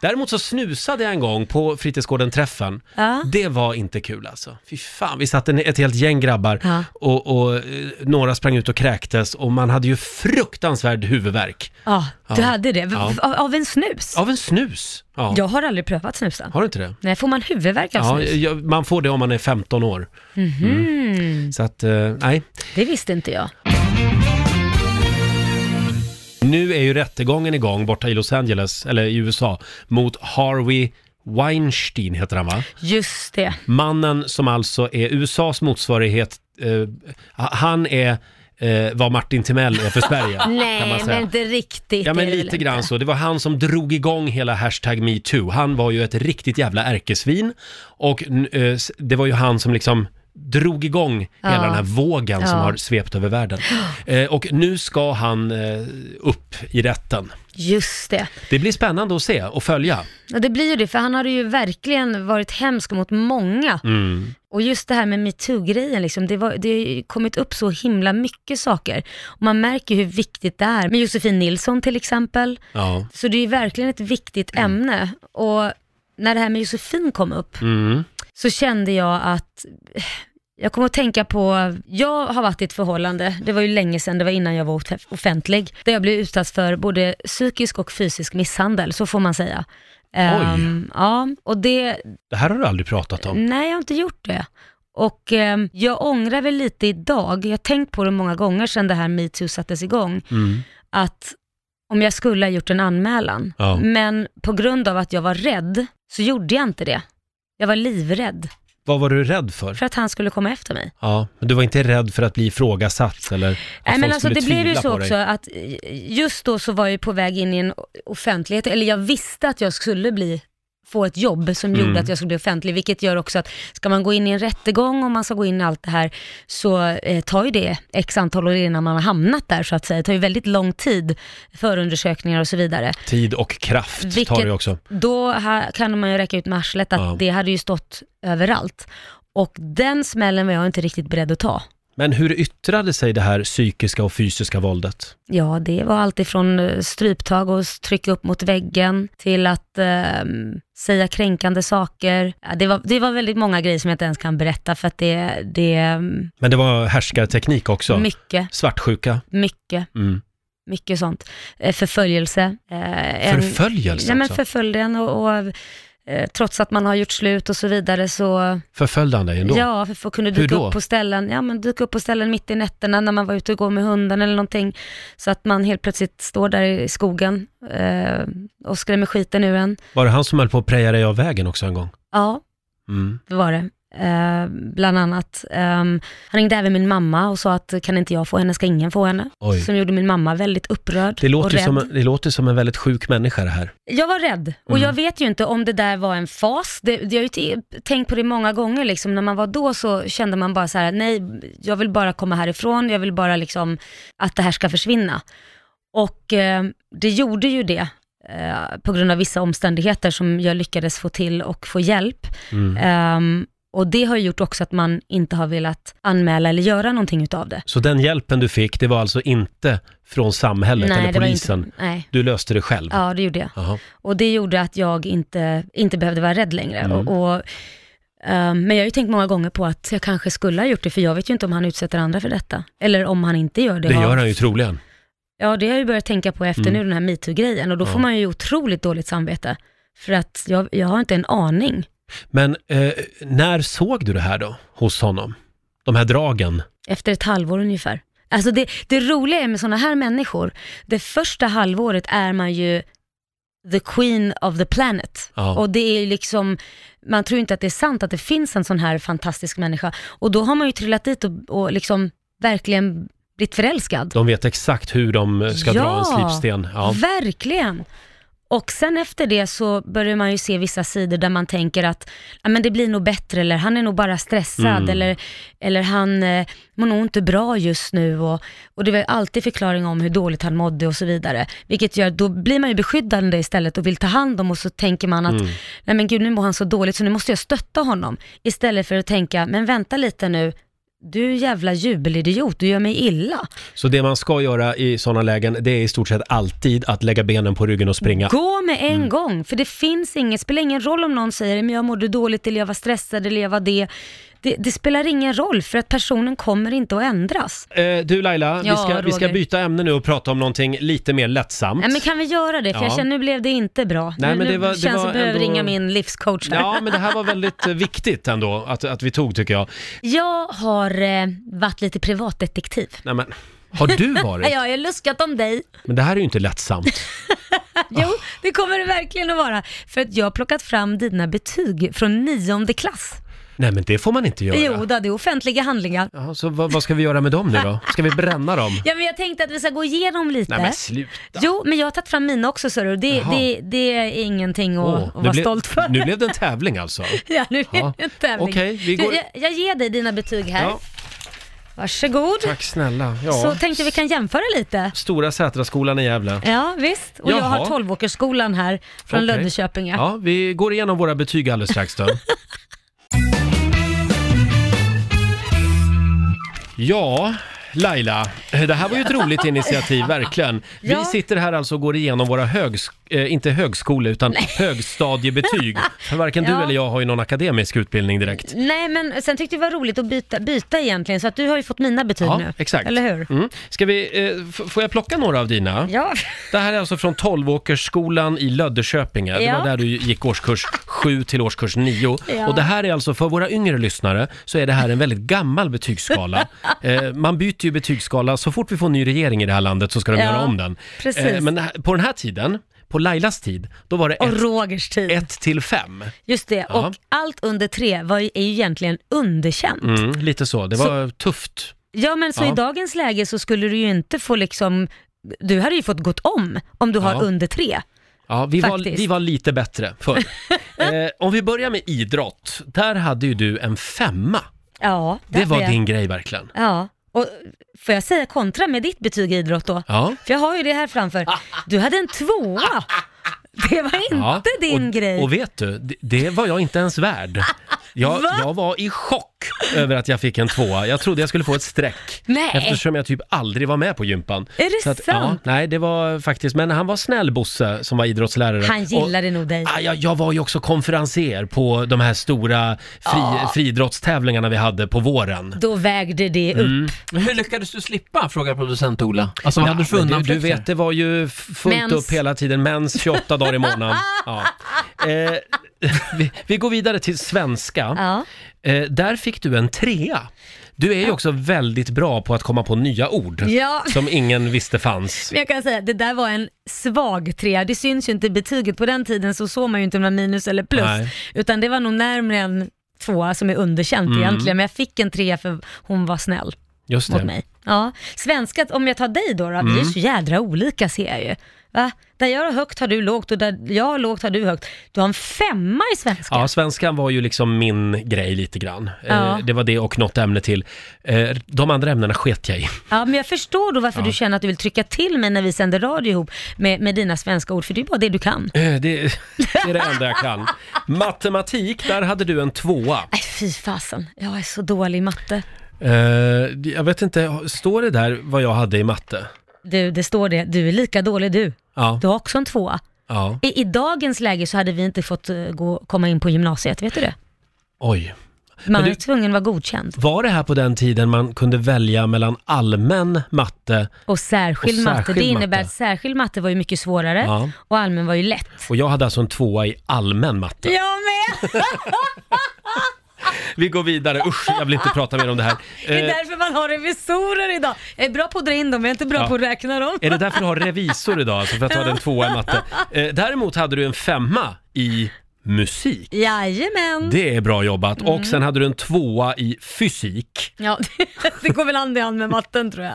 [SPEAKER 2] Däremot så snusade jag en gång på fritidsgården Träffen.
[SPEAKER 3] Ja.
[SPEAKER 2] Det var inte kul alltså. Fy fan, vi satt en, ett helt gäng grabbar
[SPEAKER 3] Ja.
[SPEAKER 2] och, och eh, några sprang ut och kräktes och man hade ju fruktansvärd huvudvärk
[SPEAKER 3] Ja, du
[SPEAKER 2] Ja.
[SPEAKER 3] hade det. V-
[SPEAKER 2] Ja.
[SPEAKER 3] Av, av en snus.
[SPEAKER 2] av en snus. Ja.
[SPEAKER 3] Jag har aldrig prövat snusa.
[SPEAKER 2] Har du inte det?
[SPEAKER 3] Nej, får man huvudvärk av
[SPEAKER 2] Ja,
[SPEAKER 3] snus? Mhm.
[SPEAKER 2] jag- man får det om man är 15 år. Mm. Så att, eh, nej.
[SPEAKER 3] Det visste inte jag.
[SPEAKER 2] Nu är ju rättegången igång borta i Los Angeles, eller i USA, mot Harvey Weinstein heter han va?
[SPEAKER 3] Just det.
[SPEAKER 2] Mannen som alltså är USAs motsvarighet, eh, han är eh, vad Martin Timell är för Sverige. kan man
[SPEAKER 3] Nej,
[SPEAKER 2] säga.
[SPEAKER 3] men inte riktigt.
[SPEAKER 2] Ja
[SPEAKER 3] är
[SPEAKER 2] men
[SPEAKER 3] det väl
[SPEAKER 2] lite
[SPEAKER 3] inte.
[SPEAKER 2] grann så. Det var han som drog igång hela hashtag metoo. Han var ju ett riktigt jävla ärkesvin och n- eh, s- det var ju han som liksom drog igång hela
[SPEAKER 3] Ja.
[SPEAKER 2] den här vågen som
[SPEAKER 3] Ja.
[SPEAKER 2] har svept över världen. Eh, och nu ska han eh, upp i rätten.
[SPEAKER 3] Just det.
[SPEAKER 2] Det blir spännande att se och följa.
[SPEAKER 3] Ja, det blir ju det, för han har ju verkligen varit hemsk mot många. Och just det här med metoo-grejen, liksom, det, var- det har ju kommit upp så himla mycket saker. Och man märker hur viktigt det är. Med Josefin Nilsson till exempel.
[SPEAKER 2] Ja.
[SPEAKER 3] Så det är ju verkligen ett viktigt ämne. Och när det här med Josefin kom upp,
[SPEAKER 2] Mm.
[SPEAKER 3] så kände jag att jag kommer att tänka på, jag har varit i ett förhållande, det var ju länge sedan, det var innan jag var off- offentlig, där jag blev utsatt för både psykisk och fysisk misshandel, så får man säga. Ehm, ja, och det,
[SPEAKER 2] Det här har du aldrig pratat om.
[SPEAKER 3] nej jag har inte gjort det. Och ehm, jag ångrar väl lite idag, jag har tänkt på det många gånger sedan det här metoo sattes igång,
[SPEAKER 2] Mm.
[SPEAKER 3] att om jag skulle ha gjort en anmälan,
[SPEAKER 2] Ja.
[SPEAKER 3] men på grund av att jag var rädd så gjorde jag inte det. Jag var livrädd.
[SPEAKER 2] Vad var du rädd för?
[SPEAKER 3] för att han skulle komma efter mig.
[SPEAKER 2] Ja, men du var inte rädd för att bli ifrågasatt eller att
[SPEAKER 3] Nej, men
[SPEAKER 2] folk
[SPEAKER 3] alltså,
[SPEAKER 2] skulle
[SPEAKER 3] det blev ju
[SPEAKER 2] tvivla
[SPEAKER 3] så
[SPEAKER 2] på
[SPEAKER 3] också
[SPEAKER 2] dig?
[SPEAKER 3] att eh, just då så var jag ju på väg in i en o- offentlighet, eller jag visste att jag skulle bli få ett jobb som
[SPEAKER 2] Mm.
[SPEAKER 3] gjorde att jag skulle bli offentlig, vilket gör också att ska man gå in i en rättegång och man ska gå in i allt det här så eh, tar ju det x antal år innan man har hamnat där så att säga. Det tar ju väldigt lång tid, förundersökningar och så vidare.
[SPEAKER 2] Tid och kraft tar
[SPEAKER 3] Vilket-
[SPEAKER 2] det också.
[SPEAKER 3] Då ha, kan man ju räcka ut med arslet att
[SPEAKER 2] Ja.
[SPEAKER 3] det hade ju stått överallt. Och den smällen var jag inte riktigt beredd att ta.
[SPEAKER 2] Men hur yttrade sig det här psykiska och fysiska våldet?
[SPEAKER 3] Ja, det var allt ifrån eh, stryptag och trycka upp mot väggen till att eh, säga kränkande saker. Ja, det, var, det var väldigt många grejer som jag inte ens kan berätta för att det, det är mm,
[SPEAKER 2] Men det var härskarteknik också.
[SPEAKER 3] mycket,
[SPEAKER 2] Svartsjuka.
[SPEAKER 3] mycket,
[SPEAKER 2] Mm.
[SPEAKER 3] mycket sånt. Eh, förföljelse. Eh, en-
[SPEAKER 2] Förföljelse alltså?
[SPEAKER 3] Ja, men
[SPEAKER 2] också.
[SPEAKER 3] förföljde en och, och eh, trots att man har gjort slut och så vidare så
[SPEAKER 2] Förföljde han dig ändå?
[SPEAKER 3] Ja, för, för kunde
[SPEAKER 2] Hur
[SPEAKER 3] dyka
[SPEAKER 2] då?
[SPEAKER 3] upp på ställen, ja men dyka upp på ställen mitt i nätterna när man var ute och går med hunden eller någonting. Så att man helt plötsligt står där i skogen eh, och skrämmer skiten ur en.
[SPEAKER 2] Var det han som höll på att preja dig av vägen också en gång?
[SPEAKER 3] Ja,
[SPEAKER 2] Mm.
[SPEAKER 3] det var det. Eh, bland annat. Ehm, han ringde även min mamma och sa att kan inte jag få henne, ska ingen få henne.
[SPEAKER 2] Oj.
[SPEAKER 3] Som gjorde min mamma väldigt upprörd
[SPEAKER 2] Det
[SPEAKER 3] och
[SPEAKER 2] låter,
[SPEAKER 3] rädd.
[SPEAKER 2] som, en- det låter som en väldigt sjuk människa det här.
[SPEAKER 3] Jag var rädd och
[SPEAKER 2] Mm.
[SPEAKER 3] jag vet ju inte om det där var en fas. Det, det- jag har ju t- tänkt på det många gånger, liksom. när man var då så kände man bara så här, nej, jag vill bara komma härifrån, jag vill bara liksom att det här ska försvinna. Och eh, det gjorde ju det eh, på grund av vissa omständigheter som jag lyckades få till och få hjälp.
[SPEAKER 2] Mm.
[SPEAKER 3] Ehm, och det har ju gjort också att man inte har velat anmäla eller göra någonting utav det.
[SPEAKER 2] Så den hjälpen du fick, det var alltså inte från samhället eller
[SPEAKER 3] det var
[SPEAKER 2] polisen?
[SPEAKER 3] Inte, nej,
[SPEAKER 2] Du löste det själv?
[SPEAKER 3] ja det gjorde jag.
[SPEAKER 2] Jaha.
[SPEAKER 3] Och det gjorde att jag inte, inte behövde vara rädd längre.
[SPEAKER 2] Mm.
[SPEAKER 3] Och, och, ehm, men jag har ju tänkt många gånger på att jag kanske skulle ha gjort det, för jag vet ju inte om han utsätter andra för detta. Eller om han inte gör det.
[SPEAKER 2] Det,
[SPEAKER 3] Vad-
[SPEAKER 2] gör han ju troligen.
[SPEAKER 3] Ja, det har jag ju börjat tänka på efter
[SPEAKER 2] Mm.
[SPEAKER 3] nu, den här metoo-grejen. Och då
[SPEAKER 2] Ja.
[SPEAKER 3] får man ju otroligt dåligt samvete. För att jag, jag har inte en aning.
[SPEAKER 2] Men eh, när såg du det här då, hos honom? De här dragen?
[SPEAKER 3] Efter ett halvår ungefär. Alltså det, det roliga är med sådana här människor, det första halvåret är man ju the queen of the planet.
[SPEAKER 2] Ja.
[SPEAKER 3] Och det är ju liksom, man tror ju inte att det är sant att det finns en sån här fantastisk människa. Och då har man ju trillat dit och, och liksom verkligen blivit förälskad.
[SPEAKER 2] De vet exakt hur de eh, ska dra
[SPEAKER 3] Ja.
[SPEAKER 2] en slipsten. Ja.
[SPEAKER 3] Verkligen. Och sen efter det så börjar man ju se vissa sidor där man tänker att ja, men det blir nog bättre eller han är nog bara stressad
[SPEAKER 2] Mm.
[SPEAKER 3] eller, eller han eh, mår nog inte bra just nu och, och det var ju alltid förklaring om hur dåligt han mådde och så vidare. Vilket gör att då blir man ju beskyddande istället och vill ta hand om och så tänker man
[SPEAKER 2] Mm.
[SPEAKER 3] att nej men gud nu mår han så dåligt så nu måste jag stötta honom. Istället för att tänka men vänta lite nu, du jävla jubelidiot, du gör mig illa.
[SPEAKER 2] Så det man ska göra i sådana lägen, det är i stort sett alltid att lägga benen på ryggen och springa.
[SPEAKER 3] Gå med en
[SPEAKER 2] Mm.
[SPEAKER 3] gång, för det finns inget, spelar ingen roll om någon säger men jag mådde dåligt eller jag var stressad eller jag var det. det. Det spelar ingen roll för att personen kommer inte att ändras.
[SPEAKER 2] Eh, du Laila,
[SPEAKER 3] Ja,
[SPEAKER 2] vi, ska, vi ska
[SPEAKER 3] Roger.
[SPEAKER 2] byta ämne nu och prata om någonting lite mer lättsamt.
[SPEAKER 3] Nej, men kan vi göra det? För
[SPEAKER 2] Ja.
[SPEAKER 3] jag känner nu blev det inte bra.
[SPEAKER 2] Nej,
[SPEAKER 3] nu
[SPEAKER 2] men det
[SPEAKER 3] nu
[SPEAKER 2] var- det
[SPEAKER 3] känns
[SPEAKER 2] var
[SPEAKER 3] som jag behöver
[SPEAKER 2] ändå-
[SPEAKER 3] ringa min livscoach här.
[SPEAKER 2] Ja, men det här var väldigt eh, viktigt ändå att, att vi tog tycker jag.
[SPEAKER 3] Jag har eh, varit lite privatdetektiv.
[SPEAKER 2] Nej, men, har du varit?
[SPEAKER 3] Jag har ju luskat om dig.
[SPEAKER 2] Men det här är ju inte lättsamt.
[SPEAKER 3] Jo, det kommer det verkligen att vara. För att jag har plockat fram dina betyg från nionde klass.
[SPEAKER 2] Nej, men det får man inte göra.
[SPEAKER 3] Jo, då, det är offentliga handlingar.
[SPEAKER 2] Jaha, så vad, vad ska vi göra med dem nu då? Ska vi bränna dem?
[SPEAKER 3] Ja, men jag tänkte att vi ska gå igenom lite.
[SPEAKER 2] Nej, men sluta.
[SPEAKER 3] Jo, men jag har tagit fram mina också så du. Det,
[SPEAKER 2] Jaha.
[SPEAKER 3] det, det är ingenting att,
[SPEAKER 2] Åh,
[SPEAKER 3] att
[SPEAKER 2] nu
[SPEAKER 3] vara
[SPEAKER 2] blev-
[SPEAKER 3] stolt för.
[SPEAKER 2] Nu blev det en tävling alltså.
[SPEAKER 3] ja, nu
[SPEAKER 2] Ja.
[SPEAKER 3] är det en tävling.
[SPEAKER 2] Okej, vi går-
[SPEAKER 3] du, jag, jag ger dig dina betyg här.
[SPEAKER 2] Ja,
[SPEAKER 3] Varsågod.
[SPEAKER 2] tack snälla.
[SPEAKER 3] Så
[SPEAKER 2] Ja.
[SPEAKER 3] tänkte vi kan jämföra lite.
[SPEAKER 2] Stora Sätraskolan i Gävle.
[SPEAKER 3] Ja, visst. Och jag
[SPEAKER 2] Jaha.
[SPEAKER 3] har Tolvåkersskolan här från
[SPEAKER 2] Okej.
[SPEAKER 3] Löddeköpinge.
[SPEAKER 2] Ja, vi går igenom våra betyg alldeles strax då. Ja, Laila, det här var ju ett roligt initiativ, verkligen. Vi
[SPEAKER 3] Ja.
[SPEAKER 2] sitter här alltså och går igenom våra högs eh, inte högskole, utan högstadiebetyg. För varken du
[SPEAKER 3] Ja.
[SPEAKER 2] eller jag har ju någon akademisk utbildning direkt.
[SPEAKER 3] Nej, men sen tyckte jag det var roligt att byta, byta egentligen, så att du har ju fått mina betyg
[SPEAKER 2] Ja,
[SPEAKER 3] nu.
[SPEAKER 2] exakt.
[SPEAKER 3] Eller hur?
[SPEAKER 2] Mm. Ska vi, eh, f- får jag plocka några av dina?
[SPEAKER 3] Ja.
[SPEAKER 2] Det här är alltså från Tolvåkersskolan i Löddeköpinge. Det
[SPEAKER 3] Ja.
[SPEAKER 2] var där du gick årskurs 7 till årskurs 9.
[SPEAKER 3] Ja.
[SPEAKER 2] Och det här är alltså, för våra yngre lyssnare, så är det här en väldigt gammal betygsskala. eh, man byter ju betygsskala, så fort vi får en ny regering i det här landet så ska de
[SPEAKER 3] Ja,
[SPEAKER 2] göra om den. Eh,
[SPEAKER 3] precis.
[SPEAKER 2] men det här- på den här tiden, på Lailas tid, då var det
[SPEAKER 3] Och
[SPEAKER 2] ett
[SPEAKER 3] Rogers tid.
[SPEAKER 2] ett till fem.
[SPEAKER 3] Just det,
[SPEAKER 2] Ja.
[SPEAKER 3] och allt under tre var ju, är ju egentligen underkänt.
[SPEAKER 2] Mm, lite så. Det var tufft.
[SPEAKER 3] Ja men så
[SPEAKER 2] Ja.
[SPEAKER 3] i dagens läge så skulle du ju inte få liksom, du hade ju fått gått om om du har
[SPEAKER 2] Ja.
[SPEAKER 3] under tre.
[SPEAKER 2] Ja, vi, var,
[SPEAKER 3] Faktiskt.
[SPEAKER 2] vi var lite bättre förr. eh, om vi börjar med idrott. Där hade ju du en femma.
[SPEAKER 3] Ja,
[SPEAKER 2] Det
[SPEAKER 3] där
[SPEAKER 2] var
[SPEAKER 3] är jag.
[SPEAKER 2] din grej verkligen.
[SPEAKER 3] Ja, och får jag säga kontra med ditt betyg i idrott då?
[SPEAKER 2] Ja.
[SPEAKER 3] För jag har ju det här framför. Du hade en tvåa. Det var
[SPEAKER 2] Ja,
[SPEAKER 3] inte din
[SPEAKER 2] och,
[SPEAKER 3] grej.
[SPEAKER 2] Och vet du, det, det var jag inte ens värd. Jag,
[SPEAKER 3] Va?
[SPEAKER 2] jag var i chock över att jag fick en tvåa. Jag trodde jag skulle få ett streck.
[SPEAKER 3] Nej.
[SPEAKER 2] Eftersom jag typ aldrig var med på gympan.
[SPEAKER 3] Är det sant?
[SPEAKER 2] Ja, nej, det var faktiskt, men han var snäll Bosse som var idrottslärare.
[SPEAKER 3] Han gillade
[SPEAKER 2] och,
[SPEAKER 3] nog dig.
[SPEAKER 2] Ah, jag, jag var ju också konferenser på de här stora fri,
[SPEAKER 3] Ah.
[SPEAKER 2] friidrottstävlingarna vi hade på våren.
[SPEAKER 3] Då vägde det upp.
[SPEAKER 2] Mm.
[SPEAKER 4] Men hur lyckades du slippa? frågar producent Ola. Alltså vad hade du för
[SPEAKER 2] men du, du
[SPEAKER 4] undanflykter?
[SPEAKER 2] vet, det var ju f- fullt
[SPEAKER 3] Mens.
[SPEAKER 2] upp hela tiden. Mens 28 dagar i månaden. Ja. Eh, vi, vi går vidare till svenska.
[SPEAKER 3] Ja.
[SPEAKER 2] Eh, där fick du en trea. Du är ju också väldigt bra på att komma på nya ord
[SPEAKER 3] Ja.
[SPEAKER 2] som ingen visste fanns.
[SPEAKER 3] Men jag kan säga, det där var en svag trea. Det syns ju inte i betyget. På den tiden så såg man ju inte om det var minus eller plus.
[SPEAKER 2] Nej.
[SPEAKER 3] Utan det var nog närmare en tvåa som är underkänt egentligen. Men jag fick en trea för hon var snäll
[SPEAKER 2] Just
[SPEAKER 3] mot
[SPEAKER 2] det.
[SPEAKER 3] mig. Ja. Svenska, om jag tar dig då, då vi är så jädra olika ser jag ju. Va? Där jag har högt har du lågt och där jag har lågt har du högt. Du har en femma i svenska.
[SPEAKER 2] Ja, svenskan var ju liksom min grej lite grann.
[SPEAKER 3] Ja.
[SPEAKER 2] Eh, det var det och något ämne till. Eh, de andra ämnena sket jag i.
[SPEAKER 3] Ja, men jag förstår då varför du känner att du vill trycka till mig när vi sänder radio ihop med, med dina svenska ord, för det är bara det du kan.
[SPEAKER 2] Eh, det, det är det enda jag kan. Matematik, där hade du en tvåa.
[SPEAKER 3] Nej, fy fasen. Jag är så dålig i matte.
[SPEAKER 2] Eh, jag vet inte, står det där vad jag hade i matte?
[SPEAKER 3] Du, det står det. Du är lika dålig du.
[SPEAKER 2] Ja.
[SPEAKER 3] Du har också en tvåa.
[SPEAKER 2] ja.
[SPEAKER 3] I, I dagens läge så hade vi inte fått eh, gå, komma in på gymnasiet, vet du det?
[SPEAKER 2] Oj.
[SPEAKER 3] Man
[SPEAKER 2] du-
[SPEAKER 3] var tvungen att vara godkänd.
[SPEAKER 2] Var det här på den tiden man kunde välja mellan allmän matte
[SPEAKER 3] Och särskild,
[SPEAKER 2] Och
[SPEAKER 3] matte,
[SPEAKER 2] särskild
[SPEAKER 3] det innebär
[SPEAKER 2] matte.
[SPEAKER 3] att särskild matte var ju mycket svårare
[SPEAKER 2] Ja.
[SPEAKER 3] och allmän var ju lätt.
[SPEAKER 2] och jag hade alltså en tvåa i allmän matte.
[SPEAKER 3] Jag
[SPEAKER 2] Eh.
[SPEAKER 3] med!
[SPEAKER 2] Vi går vidare, usch jag vill inte prata mer om det här.
[SPEAKER 3] Det är
[SPEAKER 2] Eh,
[SPEAKER 3] därför man har revisorer idag. Jag är bra på att dra in dem, jag är inte bra
[SPEAKER 2] Ja. Eh.
[SPEAKER 3] på att räkna dem.
[SPEAKER 2] är det därför du har revisor idag, alltså för att du hade en tvåa i matte? Eh, däremot hade du en femma i musik.
[SPEAKER 3] Jajamän!
[SPEAKER 2] Det är bra jobbat.
[SPEAKER 3] Mm.
[SPEAKER 2] Och sen hade du en tvåa i fysik.
[SPEAKER 3] Ja, det går väl hand i hand med matten tror jag.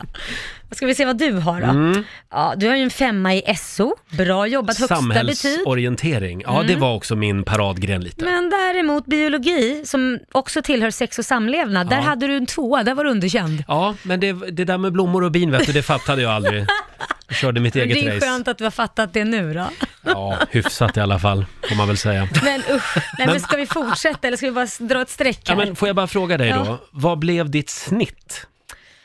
[SPEAKER 3] Ska vi se vad du har då?
[SPEAKER 2] Mm.
[SPEAKER 3] Ja, du har ju en femma i SO, bra jobbat, högsta betyg. Mm.
[SPEAKER 2] Samhällsorientering, ja det var också min paradgren lite.
[SPEAKER 3] Men däremot biologi, som också tillhör sex och samlevnad, där hade du en tvåa, där var du underkänd.
[SPEAKER 2] Ja, men det, det där med blommor och bin vet du, det fattade jag aldrig. Jag körde mitt
[SPEAKER 3] Men
[SPEAKER 2] eget
[SPEAKER 3] det är
[SPEAKER 2] race.
[SPEAKER 3] skönt att du har fattat det nu då.
[SPEAKER 2] Ja, hyfsat i alla fall, får man väl säga.
[SPEAKER 3] Men usch, nej, men ska vi fortsätta eller ska vi bara s- dra ett streck
[SPEAKER 2] Ja,
[SPEAKER 3] här?
[SPEAKER 2] men får jag bara fråga dig då, vad blev ditt snitt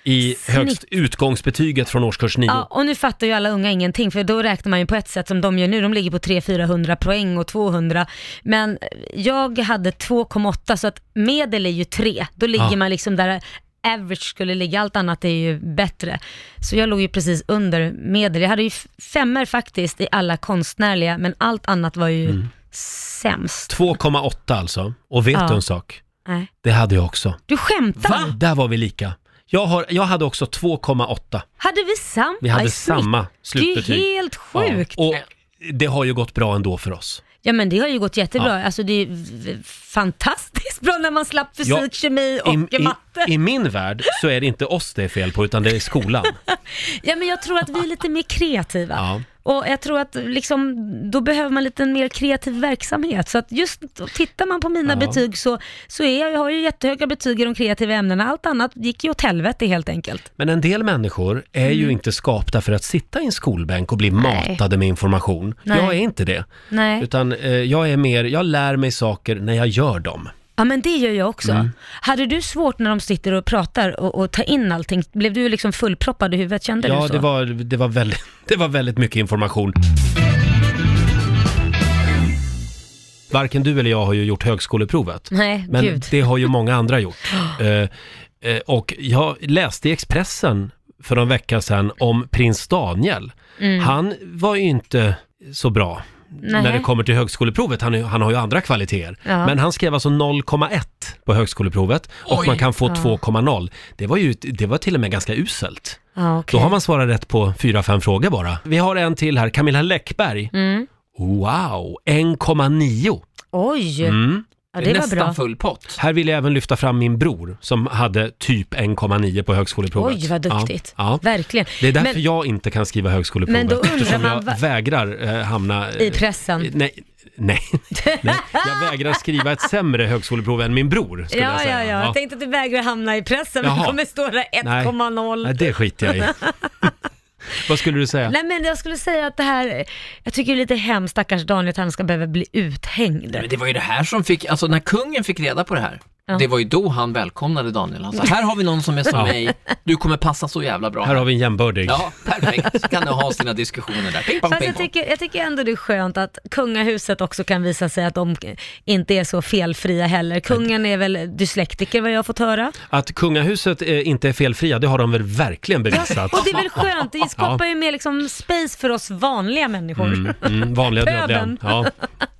[SPEAKER 2] i
[SPEAKER 3] Snitt?
[SPEAKER 2] högst utgångsbetyget från årskurs 9?
[SPEAKER 3] Ja, och nu fattar ju alla unga ingenting, för då räknar man ju på ett sätt som de gör nu. De ligger på 300-400 poäng och 200. Men jag hade 2,8, så att medel är ju 3. Då ligger
[SPEAKER 2] Ja.
[SPEAKER 3] man liksom där average skulle ligga, allt annat är ju bättre. Så jag låg ju precis under medel. Jag hade ju f- femmor faktiskt i alla konstnärliga, men allt annat var ju
[SPEAKER 2] Mm.
[SPEAKER 3] sämst.
[SPEAKER 2] 2,8 alltså. Och vet
[SPEAKER 3] Ja.
[SPEAKER 2] du en sak?
[SPEAKER 3] Nej.
[SPEAKER 2] Det hade jag också.
[SPEAKER 3] Du skämtar?
[SPEAKER 2] Där var vi lika. Jag, har, jag hade också 2,8.
[SPEAKER 3] Hade vi samma
[SPEAKER 2] Vi hade
[SPEAKER 3] i snitt?
[SPEAKER 2] samma
[SPEAKER 3] Det är
[SPEAKER 2] slutbetyg.
[SPEAKER 3] ju helt sjukt.
[SPEAKER 2] Ja, och det har ju gått bra ändå för oss.
[SPEAKER 3] Ja men det har ju gått jättebra. Alltså det är v- fantastiskt bra när man slapp fysik,
[SPEAKER 2] Ja,
[SPEAKER 3] kemi och
[SPEAKER 2] I,
[SPEAKER 3] matte.
[SPEAKER 2] i, I min värld så är det inte oss det är fel på, utan det är skolan.
[SPEAKER 3] Ja men jag tror att vi är lite mer kreativa.
[SPEAKER 2] Ja.
[SPEAKER 3] Och jag tror att liksom, då behöver man lite mer kreativ verksamhet. Så att just då tittar man på mina betyg så, så är jag, jag har ju jättehöga betyg i de kreativa ämnena. Allt annat gick ju åt helvete helt enkelt.
[SPEAKER 2] Men en del människor är ju inte skapta för att sitta i en skolbänk och bli
[SPEAKER 3] Mm. Nej.
[SPEAKER 2] matade med information.
[SPEAKER 3] Nej.
[SPEAKER 2] Jag är inte det.
[SPEAKER 3] Nej.
[SPEAKER 2] Utan eh, jag är mer, jag lär mig saker när jag gör dem.
[SPEAKER 3] Ja men det gör jag också.
[SPEAKER 2] Mm.
[SPEAKER 3] Hade du svårt när de sitter och pratar och, och tar in allting? Blev du liksom fullproppad i huvudet? Kände du
[SPEAKER 2] Ja,
[SPEAKER 3] så?
[SPEAKER 2] det var, det, var väldigt, det var väldigt mycket information. Varken du eller jag har ju gjort högskoleprovet.
[SPEAKER 3] Nej,
[SPEAKER 2] Men
[SPEAKER 3] gud.
[SPEAKER 2] det har ju många andra gjort. Eh, eh, och jag läste i Expressen för
[SPEAKER 3] Mm.
[SPEAKER 2] någon vecka sedan om prins Daniel. Han var ju inte så bra när
[SPEAKER 3] Nej.
[SPEAKER 2] det kommer till högskoleprovet. Han, är- han har ju andra kvaliteter.
[SPEAKER 3] Ja.
[SPEAKER 2] Men han skrev alltså 0,1 på högskoleprovet och
[SPEAKER 4] Oj.
[SPEAKER 2] man kan få
[SPEAKER 3] Ja.
[SPEAKER 2] 2,0. Det var ju det var till och med ganska uselt.
[SPEAKER 3] Ja,
[SPEAKER 2] Då
[SPEAKER 3] Ah, okej.
[SPEAKER 2] har man svarat rätt på fyra fem frågor bara. Vi har en till här, Camilla Läckberg.
[SPEAKER 3] Mm.
[SPEAKER 2] Wow, 1,9.
[SPEAKER 3] Oj,
[SPEAKER 2] Mm.
[SPEAKER 3] ja, det var
[SPEAKER 4] nästan
[SPEAKER 3] bra.
[SPEAKER 4] full pott.
[SPEAKER 2] Här vill jag även lyfta fram min bror som hade typ 1,9 på högskoleprovet.
[SPEAKER 3] Oj, vad duktigt.
[SPEAKER 2] Ja, ja.
[SPEAKER 3] Verkligen.
[SPEAKER 2] Det är därför
[SPEAKER 3] Men-
[SPEAKER 2] jag inte kan skriva högskoleprovet.
[SPEAKER 3] Men då undrar
[SPEAKER 2] eftersom
[SPEAKER 3] man
[SPEAKER 2] jag
[SPEAKER 3] va-
[SPEAKER 2] vägrar eh, hamna... eh,
[SPEAKER 3] I pressen.
[SPEAKER 2] Nej, nej, nej. Jag vägrar skriva ett sämre högskoleprov än min bror, skulle jag
[SPEAKER 3] Ja,
[SPEAKER 2] säga.
[SPEAKER 3] ja, ja. Jag tänkte att du vägrar hamna i pressen, men
[SPEAKER 2] Jaha.
[SPEAKER 3] det kommer stå där
[SPEAKER 2] Nej.
[SPEAKER 3] 1,0.
[SPEAKER 2] Nej, det skiter jag i. Vad skulle du säga?
[SPEAKER 3] Nej men jag skulle säga att det här, jag tycker det är lite hemskt stackars Daniel att han ska behöva bli uthängd.
[SPEAKER 4] Men det var ju det här som fick, alltså när kungen fick reda på det här,
[SPEAKER 3] Ja.
[SPEAKER 4] det var ju då han välkomnade Daniel. Han sa, här har vi någon som är som mig, du kommer passa så jävla bra.
[SPEAKER 2] Här har vi en jämbördig.
[SPEAKER 4] Ja, perfekt. Kan du ha sina diskussioner där. Ping, pong,
[SPEAKER 3] Fast
[SPEAKER 4] ping,
[SPEAKER 3] jag
[SPEAKER 4] pong.
[SPEAKER 3] tycker, jag tycker ändå det är skönt att kungahuset också kan visa sig att de inte är så felfria heller. Kungen är väl dyslektiker vad jag har fått höra.
[SPEAKER 2] Att kungahuset eh, inte är felfria, det har de väl verkligen bevisat.
[SPEAKER 3] Och det är väl skönt, det skapar ju mer liksom space för oss vanliga människor.
[SPEAKER 2] Mm, vanliga
[SPEAKER 3] Pöbeln.
[SPEAKER 2] dödliga. Ja.